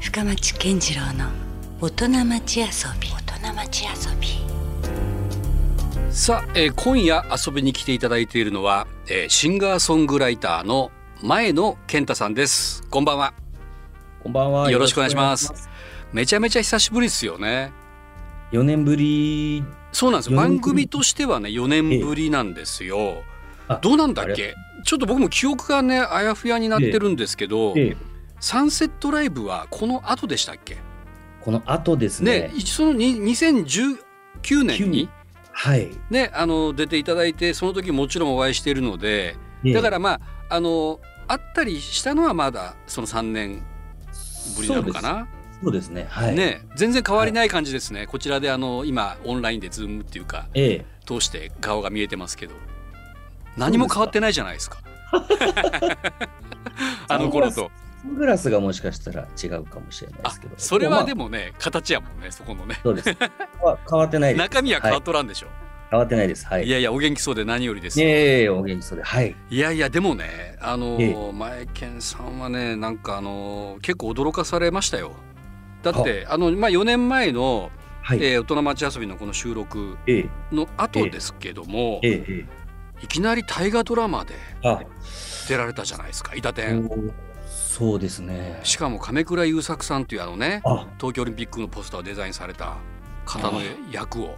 深町健次郎の大人町遊び大人町遊びさあ、えー今夜遊びに来ていただいているのは、えーシンガーソングライターの前野健太さんですこんばんはこんばんは。よろしくお願いしますよろしくお願いしまめちゃめちゃ久しぶりですよねす。4年ぶり、そうなんですよ四番年ぶり組としてはね4年ぶりなんですよ、あどうなんだっけちょっと僕も記憶がねあやふやになってるんですけど、でサンセットライブはこの後でしたっけこの後ですねね。そのに2019年にはい。ねあの出ていただいてその時もちろんお会いしているので、でだからまああの会ったりしたのはまだその3年ぶりなのかな、そうです。そうですね。はい。ね全然変わりない感じですね、こちらであの今オンラインでズームっていうかええ。通して顔が見えてますけど何も変わってないじゃないですか あの頃とサングラスがもしかしたら違うかもしれないであすけど。それはでも。もね形やもんねそこのねそう です。は変わってないです。中身は変わっとらんでしょ、、変わってないです。はいい。やいやお元気そうで何よりです、ねえ、お元気そうで。はい。いやいやでもねあのえー前健さんはねなんかあのー結構驚かされましたよだってあの、まあ、4年前の、はい。えー大人町遊びのこの収録ええ。の後ですけども、ええ。えいきなり大河ドラマでえ。あ、出られたじゃないですか伊達天そうそうですね。しかも亀倉優作さんというあのねあ、東京オリンピックのポスターをデザインされた方の役を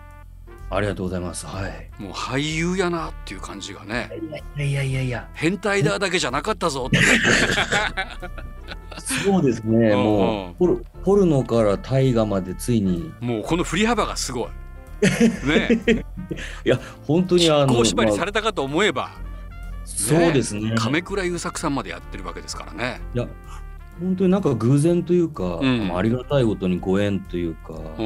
ありがとうございます。はい。もう俳優やなっていう感じがねいやいやいやいや。変態だだけじゃなかったぞってそうですね。うんもう、ポルポルノから大河までついに。もうこの振り幅がすごい。ねえ、いや、本当にあの。こう縛りまあされたかと思えば、そうですね。亀倉優作さんまでやってるわけですからね。いや、本当になんか偶然というか、うんまあありがたいことにご縁というか、う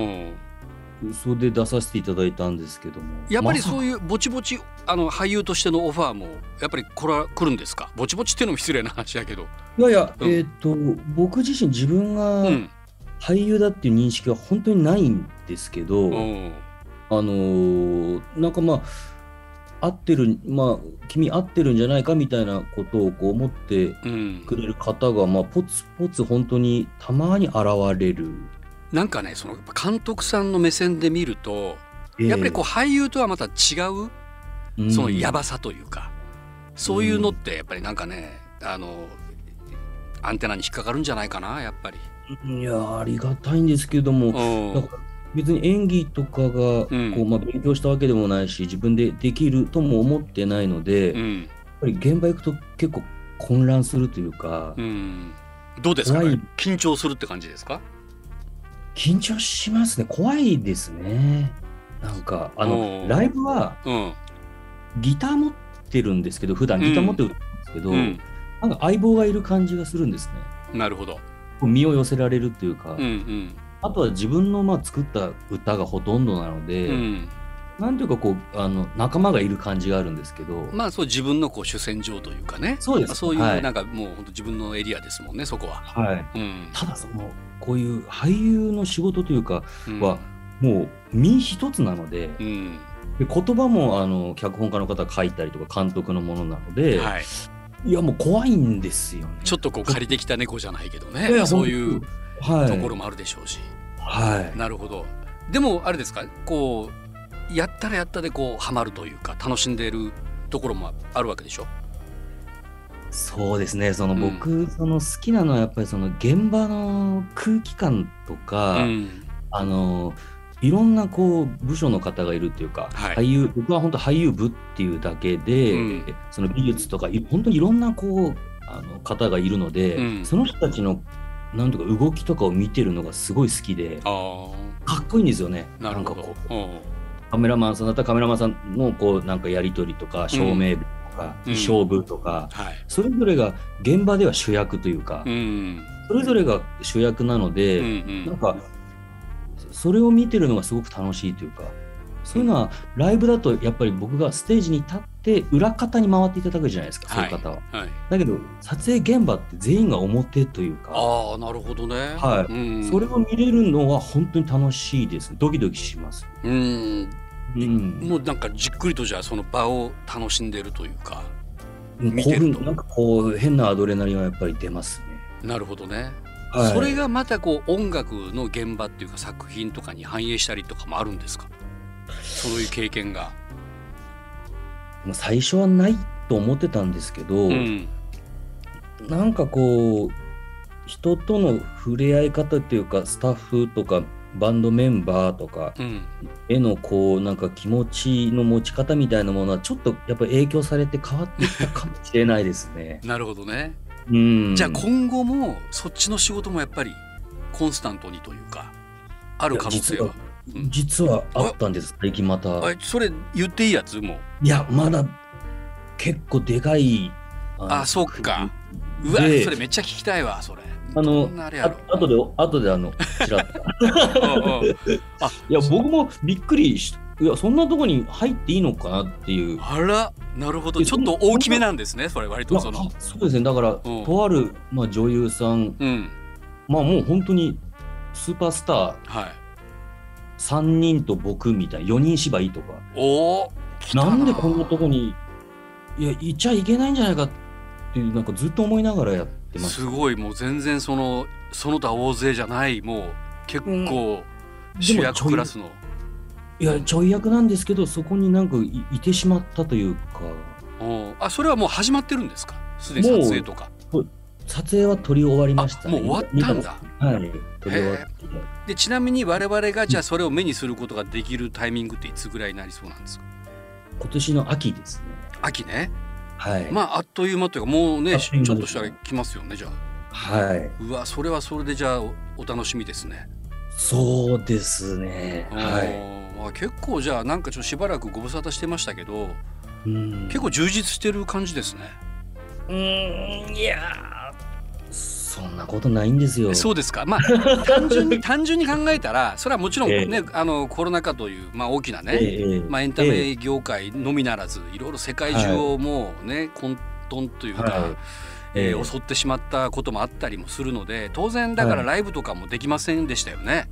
ん、それで出させていただいたんですけども。やっぱりまそあういうぼちぼちあの俳優としてのオファーもやっぱりこれは来るんですか。ぼちぼちっていうのも失礼な話だけど。いやいや、うんえっ、と、僕自身自分うがん、俳優だっていう認識は本当にないんですけうど、ん、あのーなんかまあ、合ってる、まあ、君合ってるんじゃないかみたいなことをこう思ってうんくれる方が、まあ、ポツポツ本当にたまに現れる。なんかね、そのやっぱ監督さんの目線で見ると、やっぱりこう俳優とはまた違うう、そのやばさというか、そういうのってやっぱりなんかね、あのアンテナに引っかかるんじゃないかなやっぱり。いや、ありがたいんですけども、うんだから別に演技とかがこう、うんまあ、勉強したわけでもないし自分でできるとも思ってないので、うやっんぱり現場行くと結構混乱するというか、うん、どうですか、怖い緊張するって感じですか緊張しますね怖いですねなんかあおのうライブはうん、ギター持ってるんですけど普段ギター持ってるんですけど、うん、なんか相棒がいる感じがするんですねなるほど、こう身を寄せられるというか、うんうんあとは自分のまあ作った歌がほとんどなので、うん、なんていうかこうあの仲間がいる感じがあるんですけど、まあそう自分のこう主戦場というかねそうですそういうはいなんかもう本当自分のエリアですもんねそこは、はい、うんただそのこういう俳優の仕事というかうんはもう身一つなのでうんで言葉もあの脚本家の方が書いたりとか監督のものなので、はい、い、やもう怖いんですよね。ちょっとこう借りてきた猫じゃないけどねいやそういう本はいところもあるでしょうし、はい、なるほどでもあれですかこうやったらやったでこうハマるというか楽しんでいるところもあるわけでしょ、そうですねそのうん僕、その好きなのはやっぱりその現場の空気感とうか、ん、あのいろんなこう部署の方がいるっていうか、はい俳優僕は本当俳優部っていうだけで、うんその美術とかい本当にいろんなこうあの方がいるので、うんその人たちのなんとか動きとかを見てるのがすごい好きであかっこいいんですよね。あなるほんかどこううんカメラマンさんだったらカメラマンさんのこうなんかやり取りとか照明部とか、うん衣装部とか、はいそれぞれが現場では主役というか、うんそれぞれが主役なので。うんうなんんかそそれを見てるのがすごく楽しいというかそういうのはライブだとやっぱり僕がステージに立って裏方に回っていただくじゃないですか、はいそういう方は。はい、だけど撮影現場って全員が表というかああなるほどねはいうん、それを見れるのは本当に楽しいですドキドキします。うんうん、もうなんかじっくりとじゃあその場を楽しんでるというかうん見てると興奮なんかこう変なアドレナリンはやっぱり出ますね。なるほどねはいそれがまたこう音楽の現場っていうか作品とかに反映したりとかもあるんですかそういう経験が。まあ最初はないと思ってたんですけど、うんなんかこう人との触れ合い方っていうかスタッフとかバンドメンバーとかうん。絵のこうなんか気持ちの持ち方みたいなものはちょっとやっぱり影響されて変わってきたかもしれないですねなるほどね。 うん、じゃあ今後もそっちの仕事もやっぱりコンスタントにというかある可能性は。うん実はあったんです最近また。あそれ言っていいやつもう。いやまだ結構でかいあそっか。うわでそれめっちゃ聞きたいわそれ。あどのんなあれやあろ後で後であのちらっとうんうん いや僕もびっくりしいやそんなとこに入っていいのかなっていうあらなるほどちょっと大きめなんですねそれ割とそまのあ。そうですねだから、うんとある、まあ、女優さんうんまあもう本当にスーパースターはい。 3人と僕みたいな4人芝居とかおお。来たなんでこんなとこにいやいちゃいけないんじゃないかっていうなんかずっと思いながらやってますすごいもう全然そのその他大勢じゃないもう結構主役クラスの。いやちょい役なんですけどそこになんかいいてしまったというかおーあそれはもう始まってるんですかすでに撮影とか。撮影は撮り終わりあました、もう終わったんだだ。はい撮り終わってでちなみに我々がじゃあそれを目にすることができるタイミングっていつぐらいになりそうなんですか今年の秋ですね秋ね。はい、まああっという間というかもうねあちっというょ間ですっとしたら来ますよねじゃあ。はい、うわそれはそれでじゃあおお楽しみですね。そうですねはいおーあ結構じゃあなんかちょっとしばらくご無沙汰してましたけどうん結構充実してる感じですね。うーんいやーそんなことないんですよ。そうですか。ま あ単純に単純に考えたら、それはもちろんね、ええあのコロナ禍というまあ大きなね、ええまあエンタメ業界のみならず、いろいろ世界中をもうね、混沌というか、はいえええー襲ってしまったこともあったりもするので、当然だからはいライブとかもできませんでしたよね。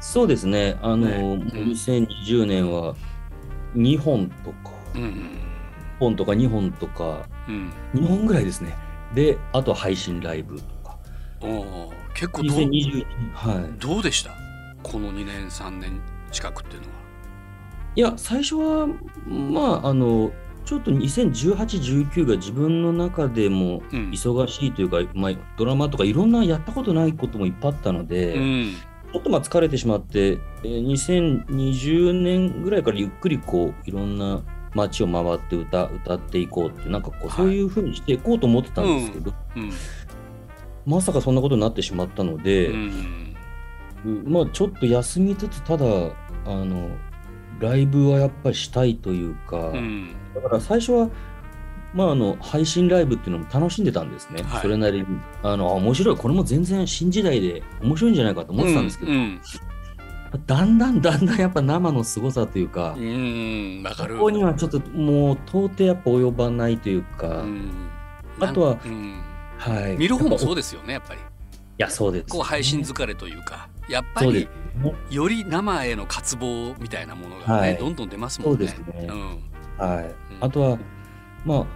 そうですね。あの、ねもうん2020年は2本とか、うん1本とか2本とか、うん2本ぐらいですね。で、あと配信ライブとか。うん。おー結構どう2021はどうでした？この2年3年近くっていうのは。い。いや、最初は、まあ、あの、ちょっと2018、19が自分の中でもうん。忙しいというか、まあ、ドラマとかいろんなやったことないこともいっぱいあったので、うん。ちょっとまあ疲れてしまって、えー2020年ぐらいからゆっくりこういろんな街を回って歌歌っていこうってなんかこはいうそういうふうにしていこうと思ってたんですけど、うん。まさかそんなことになってしまったので、うん。まあちょっと休みつつただあのライブはやっぱりしたいというか、うん。だから最初は、まあ、あの配信ライブっていうのも楽しんでたんですね、はいそれなりにあのあ面白いこれも全然新時代で面白いんじゃないかと思ってたんですけど、うんうんだんだんだんだんやっぱ生の凄さというか、うーん、わかこる。こにはちょっともう到底やっぱ及ばないというか、うんあとはうんはい、見る方もそううですよね、やっぱり。いやそうです、こう配信疲れというか、やっぱそうですりねより生への渇望みたいなものがはね、いどんどん出ますもんね。そうですねんはい、うんあとはまあ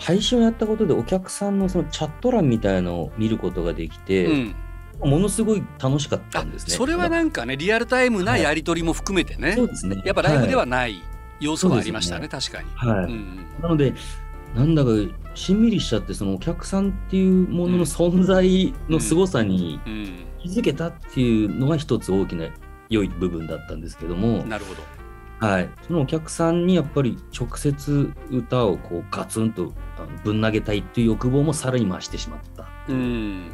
配信をやったことでお客さんのそのチャット欄みたいのを見ることができうて、んものすごい楽しかったあんですね。それはなんかね、リアルタイムなやり取りも含めてねそ、うですね。やっぱライブでははない要素はありましたね、確かに。い、はいうんなのでなんだかしんみりしちゃってそのお客さんっていうものの存在の凄さにうん気づけたっていうのが一つ大きな良い部分だったんですけども、なるほど。はい、そのお客さんにやっぱり直接歌をこうガツンとあのぶん投げたいっていう欲望もさらに増してしまったうん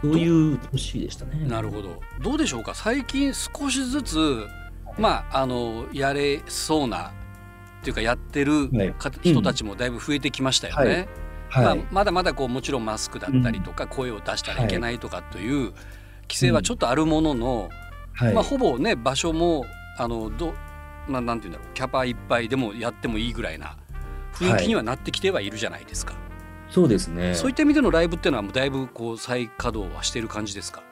そういう年でしたね。なるほど。どうでしょうか。最近少しずつ、まああのやれそうなっていうかやってるはいか人たちもだいぶ増えてきましたよね。まはあい、まだまだこうもちろんマスクだったりとか声を出したらいけないとかという規制はちょっとあるものの、はいまあほぼね場所もあのどまあなんていうんだろうキャパいっぱいでもやってもいいぐらいな雰囲気にはなってきてはいるじゃないですか。そうですねそういった意味でのライブっていうのはもうだいぶこう再稼働はしてる感じですか。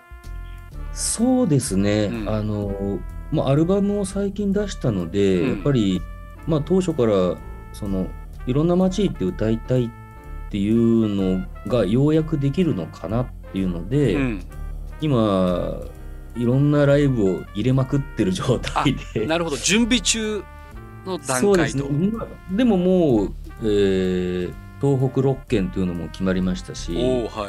そうですね、うんあの、まあ、アルバムを最近出したので、うんやっぱり、まあ、当初からそのいろんな街行って歌いたいっていうのがようやくできるのかなっていうので、うん。今いろんなライブを入れまくってる状態でなるほど準備中の段そうで階すねと、まあでももう、えー東北6県というのも決まりましたし、おおは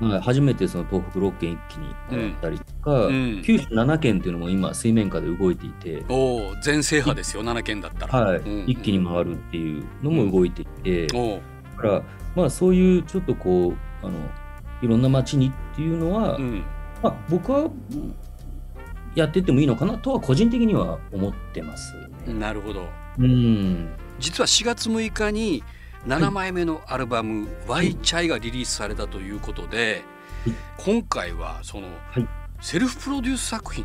いははい初めてその東北6県一気にやったりとか、い、うん、九州7県というのも今水面下で動いていて、おお全制覇ですよ7県だったら、はいうん一気に回るっていうのも動いていて、だおうからまあそういうちょっとこうあのいろんな町にっていうのは、うんまあ、僕はうんやってってもいいのかなとは個人的には思ってます、ね。なるほどうん実は4月6日に7枚目のアルバム「い Y チャイ」がリリースされたということで、はい今回はその、いセルフプロデュース作品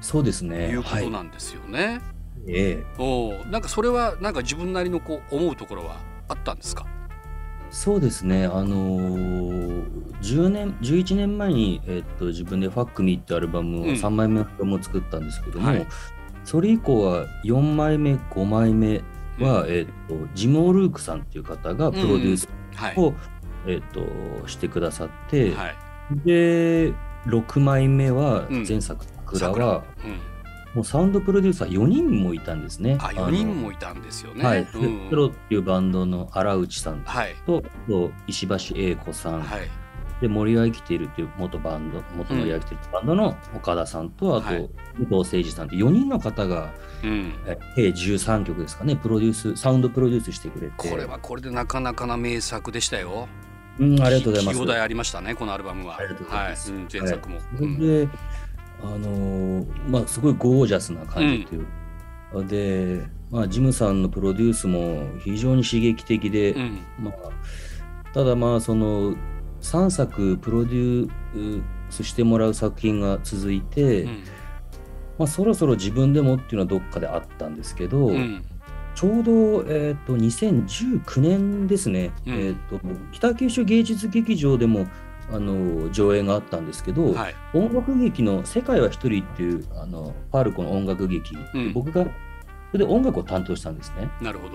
そうですとね。いうこはといなんですよね。ええおおなんかそれはなんか自分なりのこう思うところはあったんですかそうですね、あのー10年11年前に、えっと自分で「ファックミーってアルバムをうん3枚目のアルバムを作ったんですけども、はいそれ以降は4枚目5枚目は、えっとジモー・ルークさんっていう方がプロデュースはい、を、えっとしてくださって、はいで6枚目はうん前作「桜桜は、うん、もうサウンドプロデューサー4人もいたんですね。あ4人もいたんですよあね。のはいうプん、ロっていうバンドの荒内さんはいとあと石橋英子さん、はいで森は生きているっていう元バンド元森は生きているバンドの誠岡田さんとあとはい武藤誠二さんって4人の方がうんえ計13曲ですかねプロデュースサウンドプロデュースしてくれてこれはこれでなかなかな名作でしたよ。うん、ありがとうございます聞き応えありましたね、このアルバムは。ありがとうございますはうん前作も。それうんであのーまあすごいゴージャスな感じという、で、まあ、ジムさんのプロデュースも非常に刺激的で、うんまあ、ただまあその3作プロデュースしてもらう作品が続いて、うんまあ、そろそろ自分でもっていうのはどっかであったんですけど、うんちょうど、えー、と2019年ですね、うんえー、と北九州芸術劇場でもあの上映があったんですけど、はい音楽劇の「世界は一人」っていうあのパルコの音楽劇、うん僕がそれで音楽を担当したんですね。なるほど。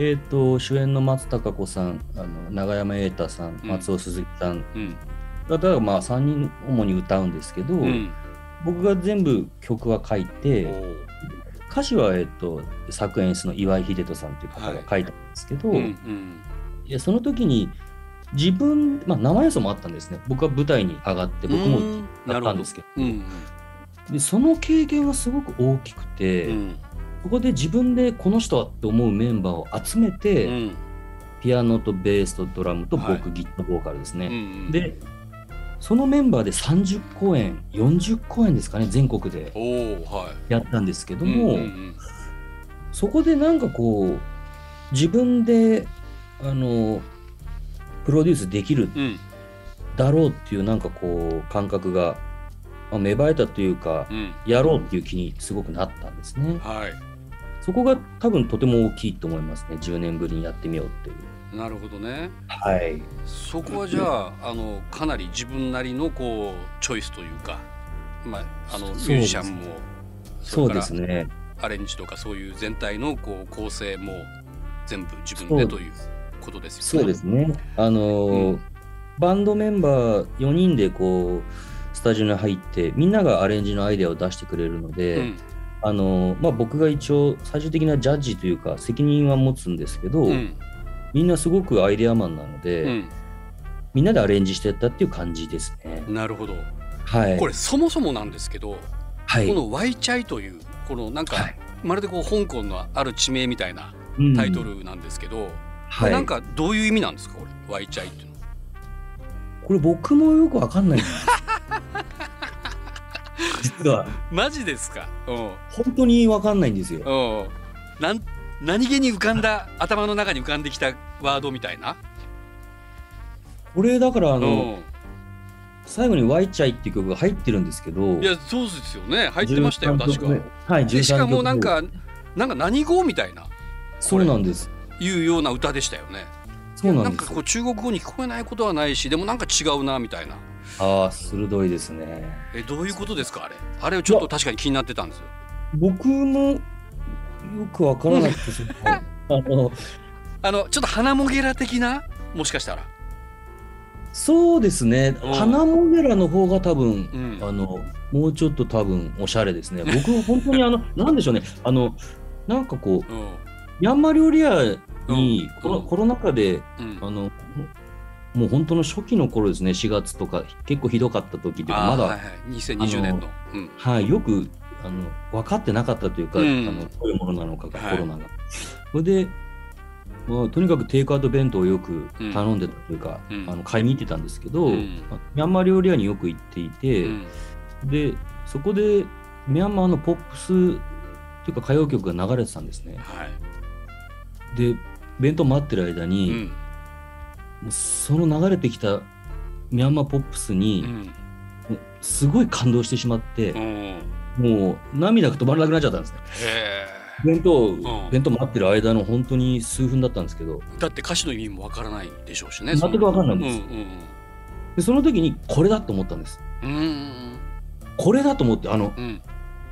えー、と主演の松たか子さんあの永山瑛太さんうん松尾鈴木さんうん方が、まあ、3人主に歌うんですけど、うん僕が全部曲は書いて。おー歌詞は、えっと、作演出の岩井秀人さんという方が書いたんですけど、うんうんいやその時に自分、まあ、生演奏もあったんですね僕は舞台に上がって僕うもんやなっるほたんどで。すけど、うんでその経験がすごく大きくて、うんそこで自分でこの人はって思うメンバーを集めて、うんピアノとベースとドラムと僕、はいギットボーカルですうね、んでそのメンバーで30公演40公演ですかね全国でおーはいやったんですけどうんも、うんうんそこでなんかこう自分であのプロデュースできるうんだろうっていうなんかこう感覚が、まあ芽生えたというかうんやろうっていう気にすごくなったんですね。はいそこが多分とても大きいと思いますね10年ぶりにやってみようっていう。なるほどね。はい、そこはじゃああのかなり自分なりのこうチョイスというか、まあ、あのミそうですュージシャンもそうでれすからねアレンジとかそういう全体のこう構成も全部自分でそとういうことですそようね。ですねあのー、うんバンドメンバー4人でこうスタジオに入ってみんながアレンジのアイデアを出してくれるので。うんあのまあ、僕が一応最終的なジャッジというか責任は持つんですけど、うんみんなすごくアイデアマンなので、うみんなでアレンジしてったっていう感じですね。ん、なるほどはい、これそもそもなんですけど、はいこの「ワイチャイ」というこのなんか、はいまるでこう香港のある地名みたいなうんタイトルなんですけど、はい、なんかどういう意味なんですかこれ「ワイチャイ」っていうのは。これ僕もよくわかん ないんです実はマジですか、うん本当にわかんないんですよ。うんなん何気に浮かんだ頭の中に浮かんできたワードみたいな。これだからあうの、ん最後に「ワイチャイ」っていう曲が入ってるんですけどいやそうですよね入ってましたよ13確曲目か。はい13曲で目しかもなんかなんか何語みたいなそうなんですいうような歌でしたよね。そうななんんでかすこう中国語に聞こえないことはないしでもなんか違うなみたいな。ああ鋭いですね。えどういうことですかあれあれをちょっと確かに気になってたんですよ。僕もよくわからなくてその あのあのちょっと鼻もげら的なもしかしたら。そうですね、うん花モデラの方が多分、うんあのもうちょっと多分おしゃれですね。僕、本当に あの、なんでしょうね、あのなんかこう、うんミャンマー料理屋にうんコロ,、うんコロナ禍でうんあのもう本当の初期の頃ですね、4月とか、結構ひどかった時で、あーまだ、ははいいはい、2020年の、うんよくあの分かってなかったというか、うんあのどういうものなのかが、はいコロナが。それで、まあ、とにかくテイクアウト弁当をよくうん頼んでたというか、うんあの買いに行ってたんですけど、うんあミャンマー料理屋によく行っていて、うんでそこでミャンマーのポップスというか歌謡曲が流れてたんですね。はいで弁当待ってる間に、うんもうその流れてきたミャンマーポップスに、うんもうすごい感動してしまってう、んもう涙が止まらなくなっちゃったんですね。へー弁当、ん弁当待ってる間の本当に数分だったんですけど、だって歌詞の意味もわからないでしょうしね全く分かんないんうでんす。でその時にこれだと思ったんです。うんうんこれだと思って、あのうん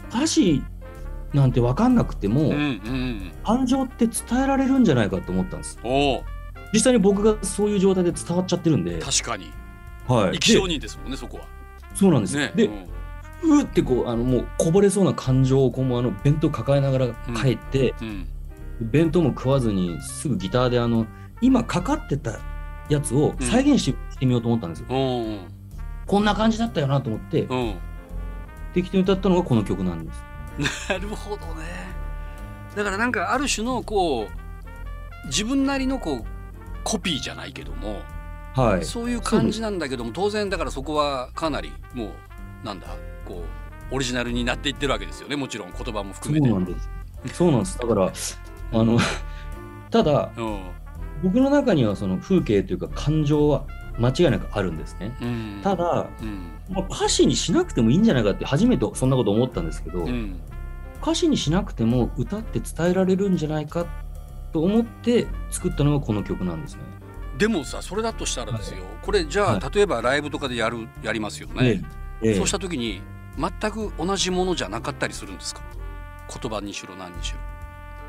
歌詞なんて分かんなくてうも、んうんうん感情って伝えられるんじゃないかと思ったんです。おお実際に僕がそういう状態で伝わっちゃってるんで、確かにはい、生き証で人ですもんねそこはそうなんです。ねで、うんうーってこうあのもうこぼれそうな感情をこうもうあの弁当抱えながら帰って、うん弁当も食わずにすぐギターであの今かかってたやつを再現して,、みようと思ったんですようんこんな感じだったよなと思って、うん適当に歌ったのがこの曲なんですなるほどねだからなんかある種のこう自分なりのこうコピーじゃないけどもはいそういう感じなんだけども当然だからそこはかなりもうなんだこうオリジナルになっていってるわけですよねもちろん言葉もそ含うめて。なんですそうなんですだからあのただうん僕の中にはその風景というか感情は間違いなくあるんですねうんただ、うんまあ、歌詞にしなくてもいいんじゃないかって初めてそんなこと思ったんですけど、うん歌詞にしなくても歌って伝えられるんじゃないかと思って作ったのがこの曲なんですね。でもさそれだとしたらですよ、これじゃあ、は例えばライブとかでやるやりますよね、ええ、ええそうした時に全く同じものじゃなかったりするんですか言葉にしろ何にしろ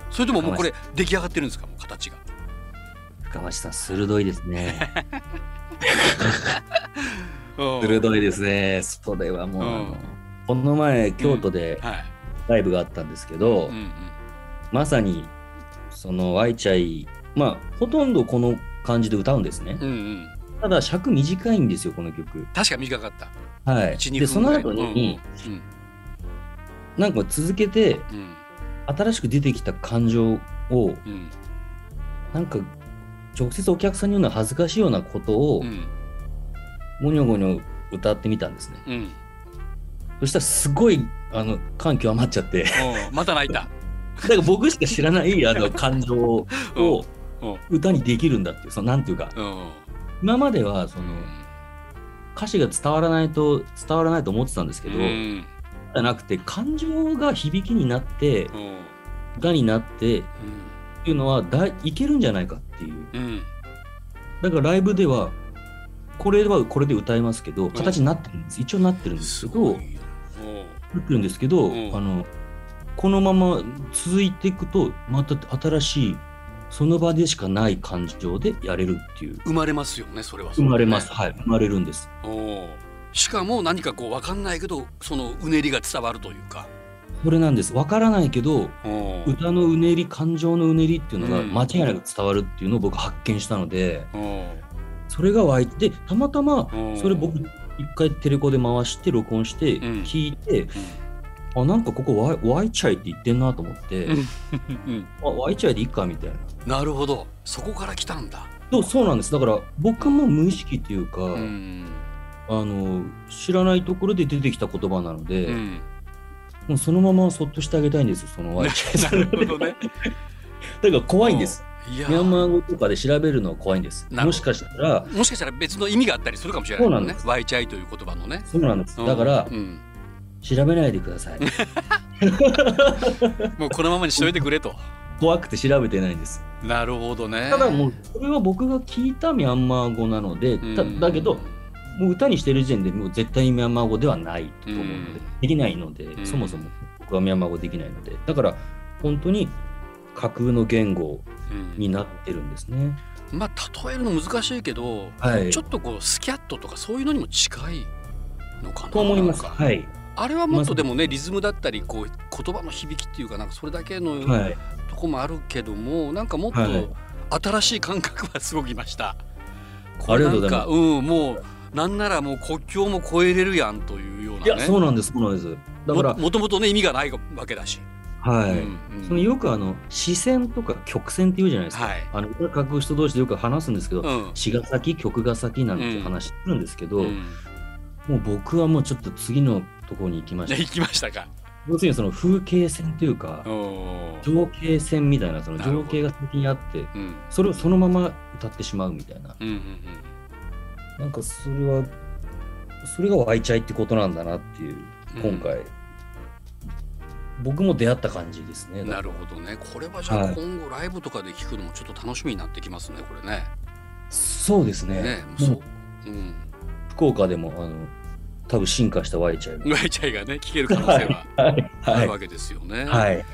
それとももうこれ出来上がってるんですかもう形が深町さん鋭いです ね。うん鋭いですね。それはもう、うんあのこの前京都ではいライブがあったんですけど、うんまさにそのワイチャイまあほとんどこの感じで歌うんですねう。んうんうんただ尺短いんですよこの曲。確か短かったはい。 12でそ分のぐらい後に、うんうんなんか続けてうん新しく出てきた感情をうんなんか直接お客さんに言うのは恥ずかしいようなことをうんもにょごにょ歌ってみたんですね。 うんそしたらすごいあの感極まっちゃっておうまた泣いただから僕しか知らない あの感情をおを歌にできるんだっていうそのなんていうかうん今まではそのう歌詞が伝わらないと伝わらないと思ってたんですけど、んじゃなくて感情が響きになってうんうん歌になってっていうのはだいいけるんじゃないかっていううんだからライブではこれはこれで歌いますけど形になってるんです、一応なってるんですすけごどいなおうなってるんですけど、うんあのこのまま続いていくとまた新しいその場でしかない感情でやれるっていう生まれますよねそれは生まれます、そはい生まれるんですうだねおうしかも何かこう分かんないけどそのうねりが伝わるというかそれなんですわからないけどおう歌のうねり感情のうねりっていうのがうん間違いなく伝わるっていうのを僕発見したのでおうそれが湧いてたまたまうんそれ僕一回テレコで回して録音してうん聞いて、あなんかここ湧い湧いちゃいって言ってんなと思って、うんうんあ湧いちゃいでいいかみたいななるほどそこから来たんだそうそうなんですだから僕も無意識というか、うんあの知らないところで出てきた言葉なので、うんもうそのままそっとしてあげたいんですよそのワイチャ イなさん るほどねだから怖いんですいやミャンマー語とかで調べるのは怖いんですなるほどもしかしたらもしかしたら別の意味があったりするかもしれないもんそうなねんで。湧いちゃいという言葉のね。そうなんですうんだから、うん調べないでく ださいもうこのままにしといてくれと。怖くて調べてないんですなるほどね。ただもうそれは僕が聞いたミャンマー語なのでうんだだけどもう歌にしてる時点でもう絶対にミャンマー語ではないと思うのでうできないのでんそもそも僕はミャンマー語できないのでだから本当に架空の言語うんになってるんですね。まあ例えるの難しいけど、はいちょっとこうスキャットとかそういうのにも近いのかなと思います。なんかはい。あれはもっまとずでもねリズムだったりこう言葉の響きっていうかなんかそれだけのはい。とこもあるけどもなんかもっはいと新しい感覚はすごきま した。ありがとうございますこれなんかうんもうなんならもう国境も越えれるやんというよういなや、ね。そうなんです、そうなんです。だからも、もともとね意味がないわけだし。はい。うんうんそのよくあの視線とか曲線って言うじゃないですか。はい。あの歌書く人同士でよく話すんですけど、うん。詩が先、曲が先なんて話するんですけど、うんもう僕はもうちょっと次のところに行きまじゃあし行た。きましたか。要するにその風景線というか、おー情景線みたいな、そのなるほど情景が先にあって、うんうんそれをそのまま歌ってしまうみたいな。うんうん。なんかそれは、それが湧いちゃいってことなんだなっていう、うん今回、僕も出会った感じですね。なるほどね。これはじゃはあい今後ライブとかで聞くのもちょっと楽しみになってきますね。これね。そうですね。ね。もうそう。うん。福岡でも、あの、多分進化した湧いちゃいが。ワイチャイがね聞ける可能性は はい。あはるい。わけですよね。はい。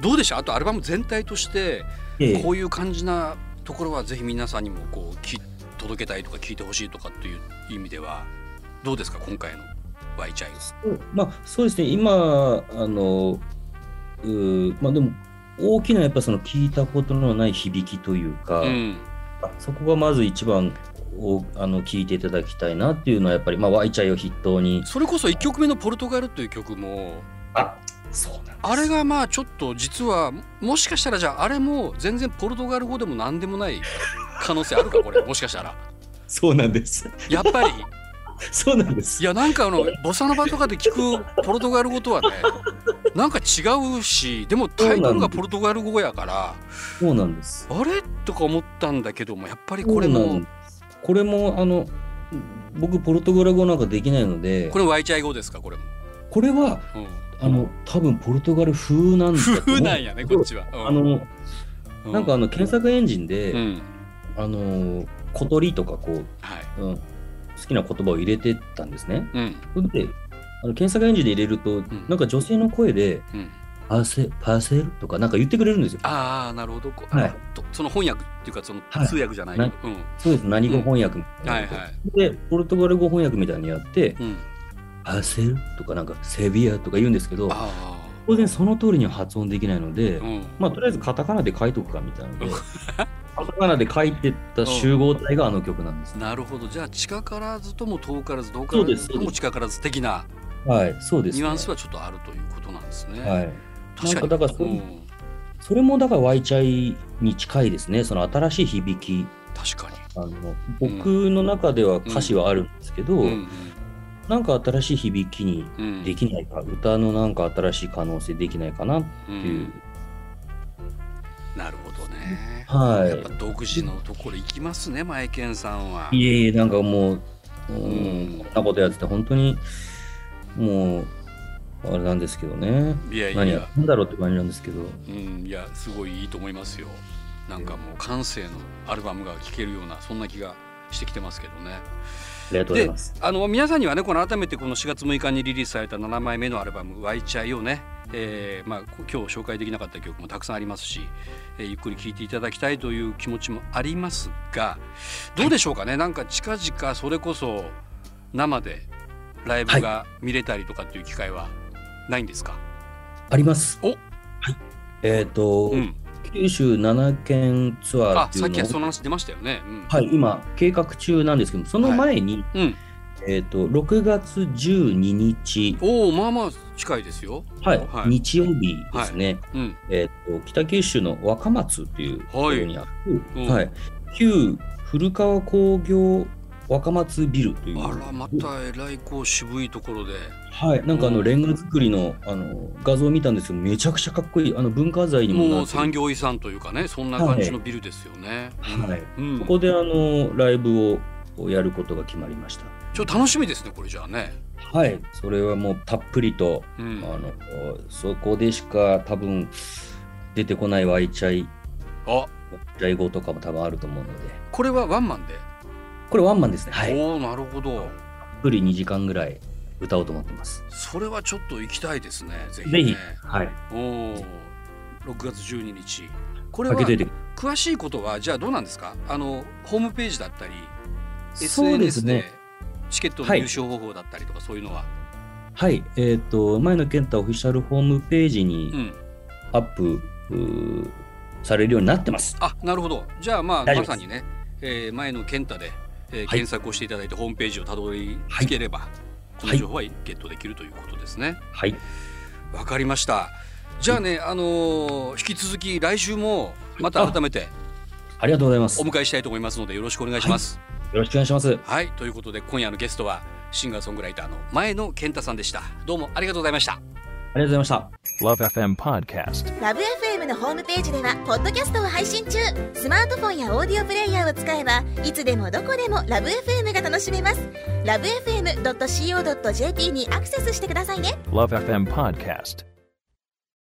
どうでしたあとアルバム全体としてええこういう感じなところはぜひ皆さんにもこうき届けたいとか聞いてほしいとかっていう意味ではどうですか今回の「ワイチャイそうまあ、そうですね、今、あの、うーまあ、でも、大きなやっぱその聞いたことのない響きというか、うんそこがまず一番おあの聞いていただきたいなっていうのはやっぱり、まあ、ワイチャイを筆頭に。それこそ1曲目の「ポルトガル」という曲もあそうなんですあれがまあちょっと実はもしかしたらじゃああれも全然ポルトガル語でも何でもない可能性あるかこれもしかしたらそうなんです。やっぱり そうなんです。いやなんかあのボサノバとかで聞くポルトガル語とはね なんか違うしでもタイトルがポルトガル語やからそうなんです。あれとか思ったんだけどもやっぱりこれそうなんもですこれも、あの、僕、ポルトガル語なんかできないので、これもワイチャイ語ですかこれも、これは、あの、多分ポルトガル風なんうん、だと思う風なんやねこっちは、あの、うなんかあの、検索エンジンで、うんあの、小鳥とかこう、はいうん、好きな言葉を入れてったんですね。うんそれで、あの検索エンジンで入れると、んなんか女性の声で、うんパセ、パセルとかなんか言ってくれるんですよ。ああなるほどこう、はいとその翻訳っていうかそのはい通訳じゃないけど、なそうです、何語翻訳みたいうんな。はいはいで、ポルトガル語翻訳みたいにやって、うんパセルとかなんかセビアとか言うんですけど、あ当然その通りには発音できないので、あうんまあ、とりあえずカタカナで書いとくかみたいなの でうん、カタカナで書いてった集合体があの曲なんですね。なるほどじゃあ近からずとも遠からず遠からそうですずそうでとすも近からず的なはい、そうです、ニね。ュアンスはちょっとあるということなんですね。はい。確かなに、んかだからそううんそれもだから、ワイチャイに近いですね、その新しい響き。確かあの僕の中では歌詞はあるんですけど、に、うんなんか新しい響きにうん、できないか、歌のなんか新しい可能性できないかなってういう、ん、なるほどね。やっぱは独自のところ行きますね、マイケンさんは。いいえいえなんかもう、ううんん、こんなことやってて本当にもうあれなんですけどねいやい何やや、なんだろうって感じなんですけどうん、いや、すごいいいと思いますよ。なんかもう感性のアルバムが聴けるような、そんな気がしてきてますけどね。ありがとうございますあの皆さんにはねこの改めてこの4月6日にリリースされた7枚目のアルバム「ワイチャイ」をね、えーまあ、こ今日紹介できなかった曲もたくさんありますし、えーゆっくり聴いていただきたいという気持ちもありますがどうでしょうかね、なんか近々それこそ生でライブが見れたりとかっていう機会はないんですか、ありますおはい、えっ、と、うん、九州7県ツアーあっていさうっきのはをその話出ましたよね。うんはい今計画中なんですけどその前に、うん、えっ、と6月12日おおまあまあ近いですよ。はい、はい日曜日ですね、うん、えっと北九州の若松っていうところにある、ははいいうん旧古川工業若松ビルというあらまたえらいこう渋いところで。はい、なんかあうのんレンガ作りのあの画像を見たんですけどめちゃくちゃかっこいいあの文化財にもなってるもう産業遺産というかねそんな感じのビルですよね。はい、うん、ここであのライブをやることが決まりましたちょっと楽しみですねこれじゃあね。はいそれはもうたっぷりとうあん、のそこでしか多分出てこないワイチャイあジャイ語とかも多分あると思うのでこれはワンマンで。これワンマンですねはいおおなるほど。たっぷり2時間ぐらい歌おうと思ってます。それはちょっと行きたいですねぜひ、ね。ぜひ、はい、おお6月12日これかはけといて詳しいことはじゃあどうなんですかあのホームページだったりそうです SNS でね。チケットのはい優勝方法だったりとかそういうのは、はい。えっ、と、前野健太オフィシャルホームページうにん、アップ、うーされるようになってます。あなるほどじゃあまあ大丈夫まですさにね、えー前の健太で、えーい検索をしていただいてホームページをたどり着ければ、この情報はゲットできるということですね。はい。わかりました。じゃあね、あのー引き続き来週もまた改めてありがとうございます。およ迎えしたいと思いますのでよろしくお願いします。ろしくお願いします。はい、ということで今夜のゲストはシンガーソングライターの前野健太さんでした。どうもありがとうございました。ありがとうございました。 Love FM Podcast. ラブ f m のホームページではポッドキャストを配信中スマートフォンやオーディオプレイヤーを使えばいつでもどこでもラブ f m が楽しめますラブ FM.co.jp にアクセスしてくださいね Love FM Podcast.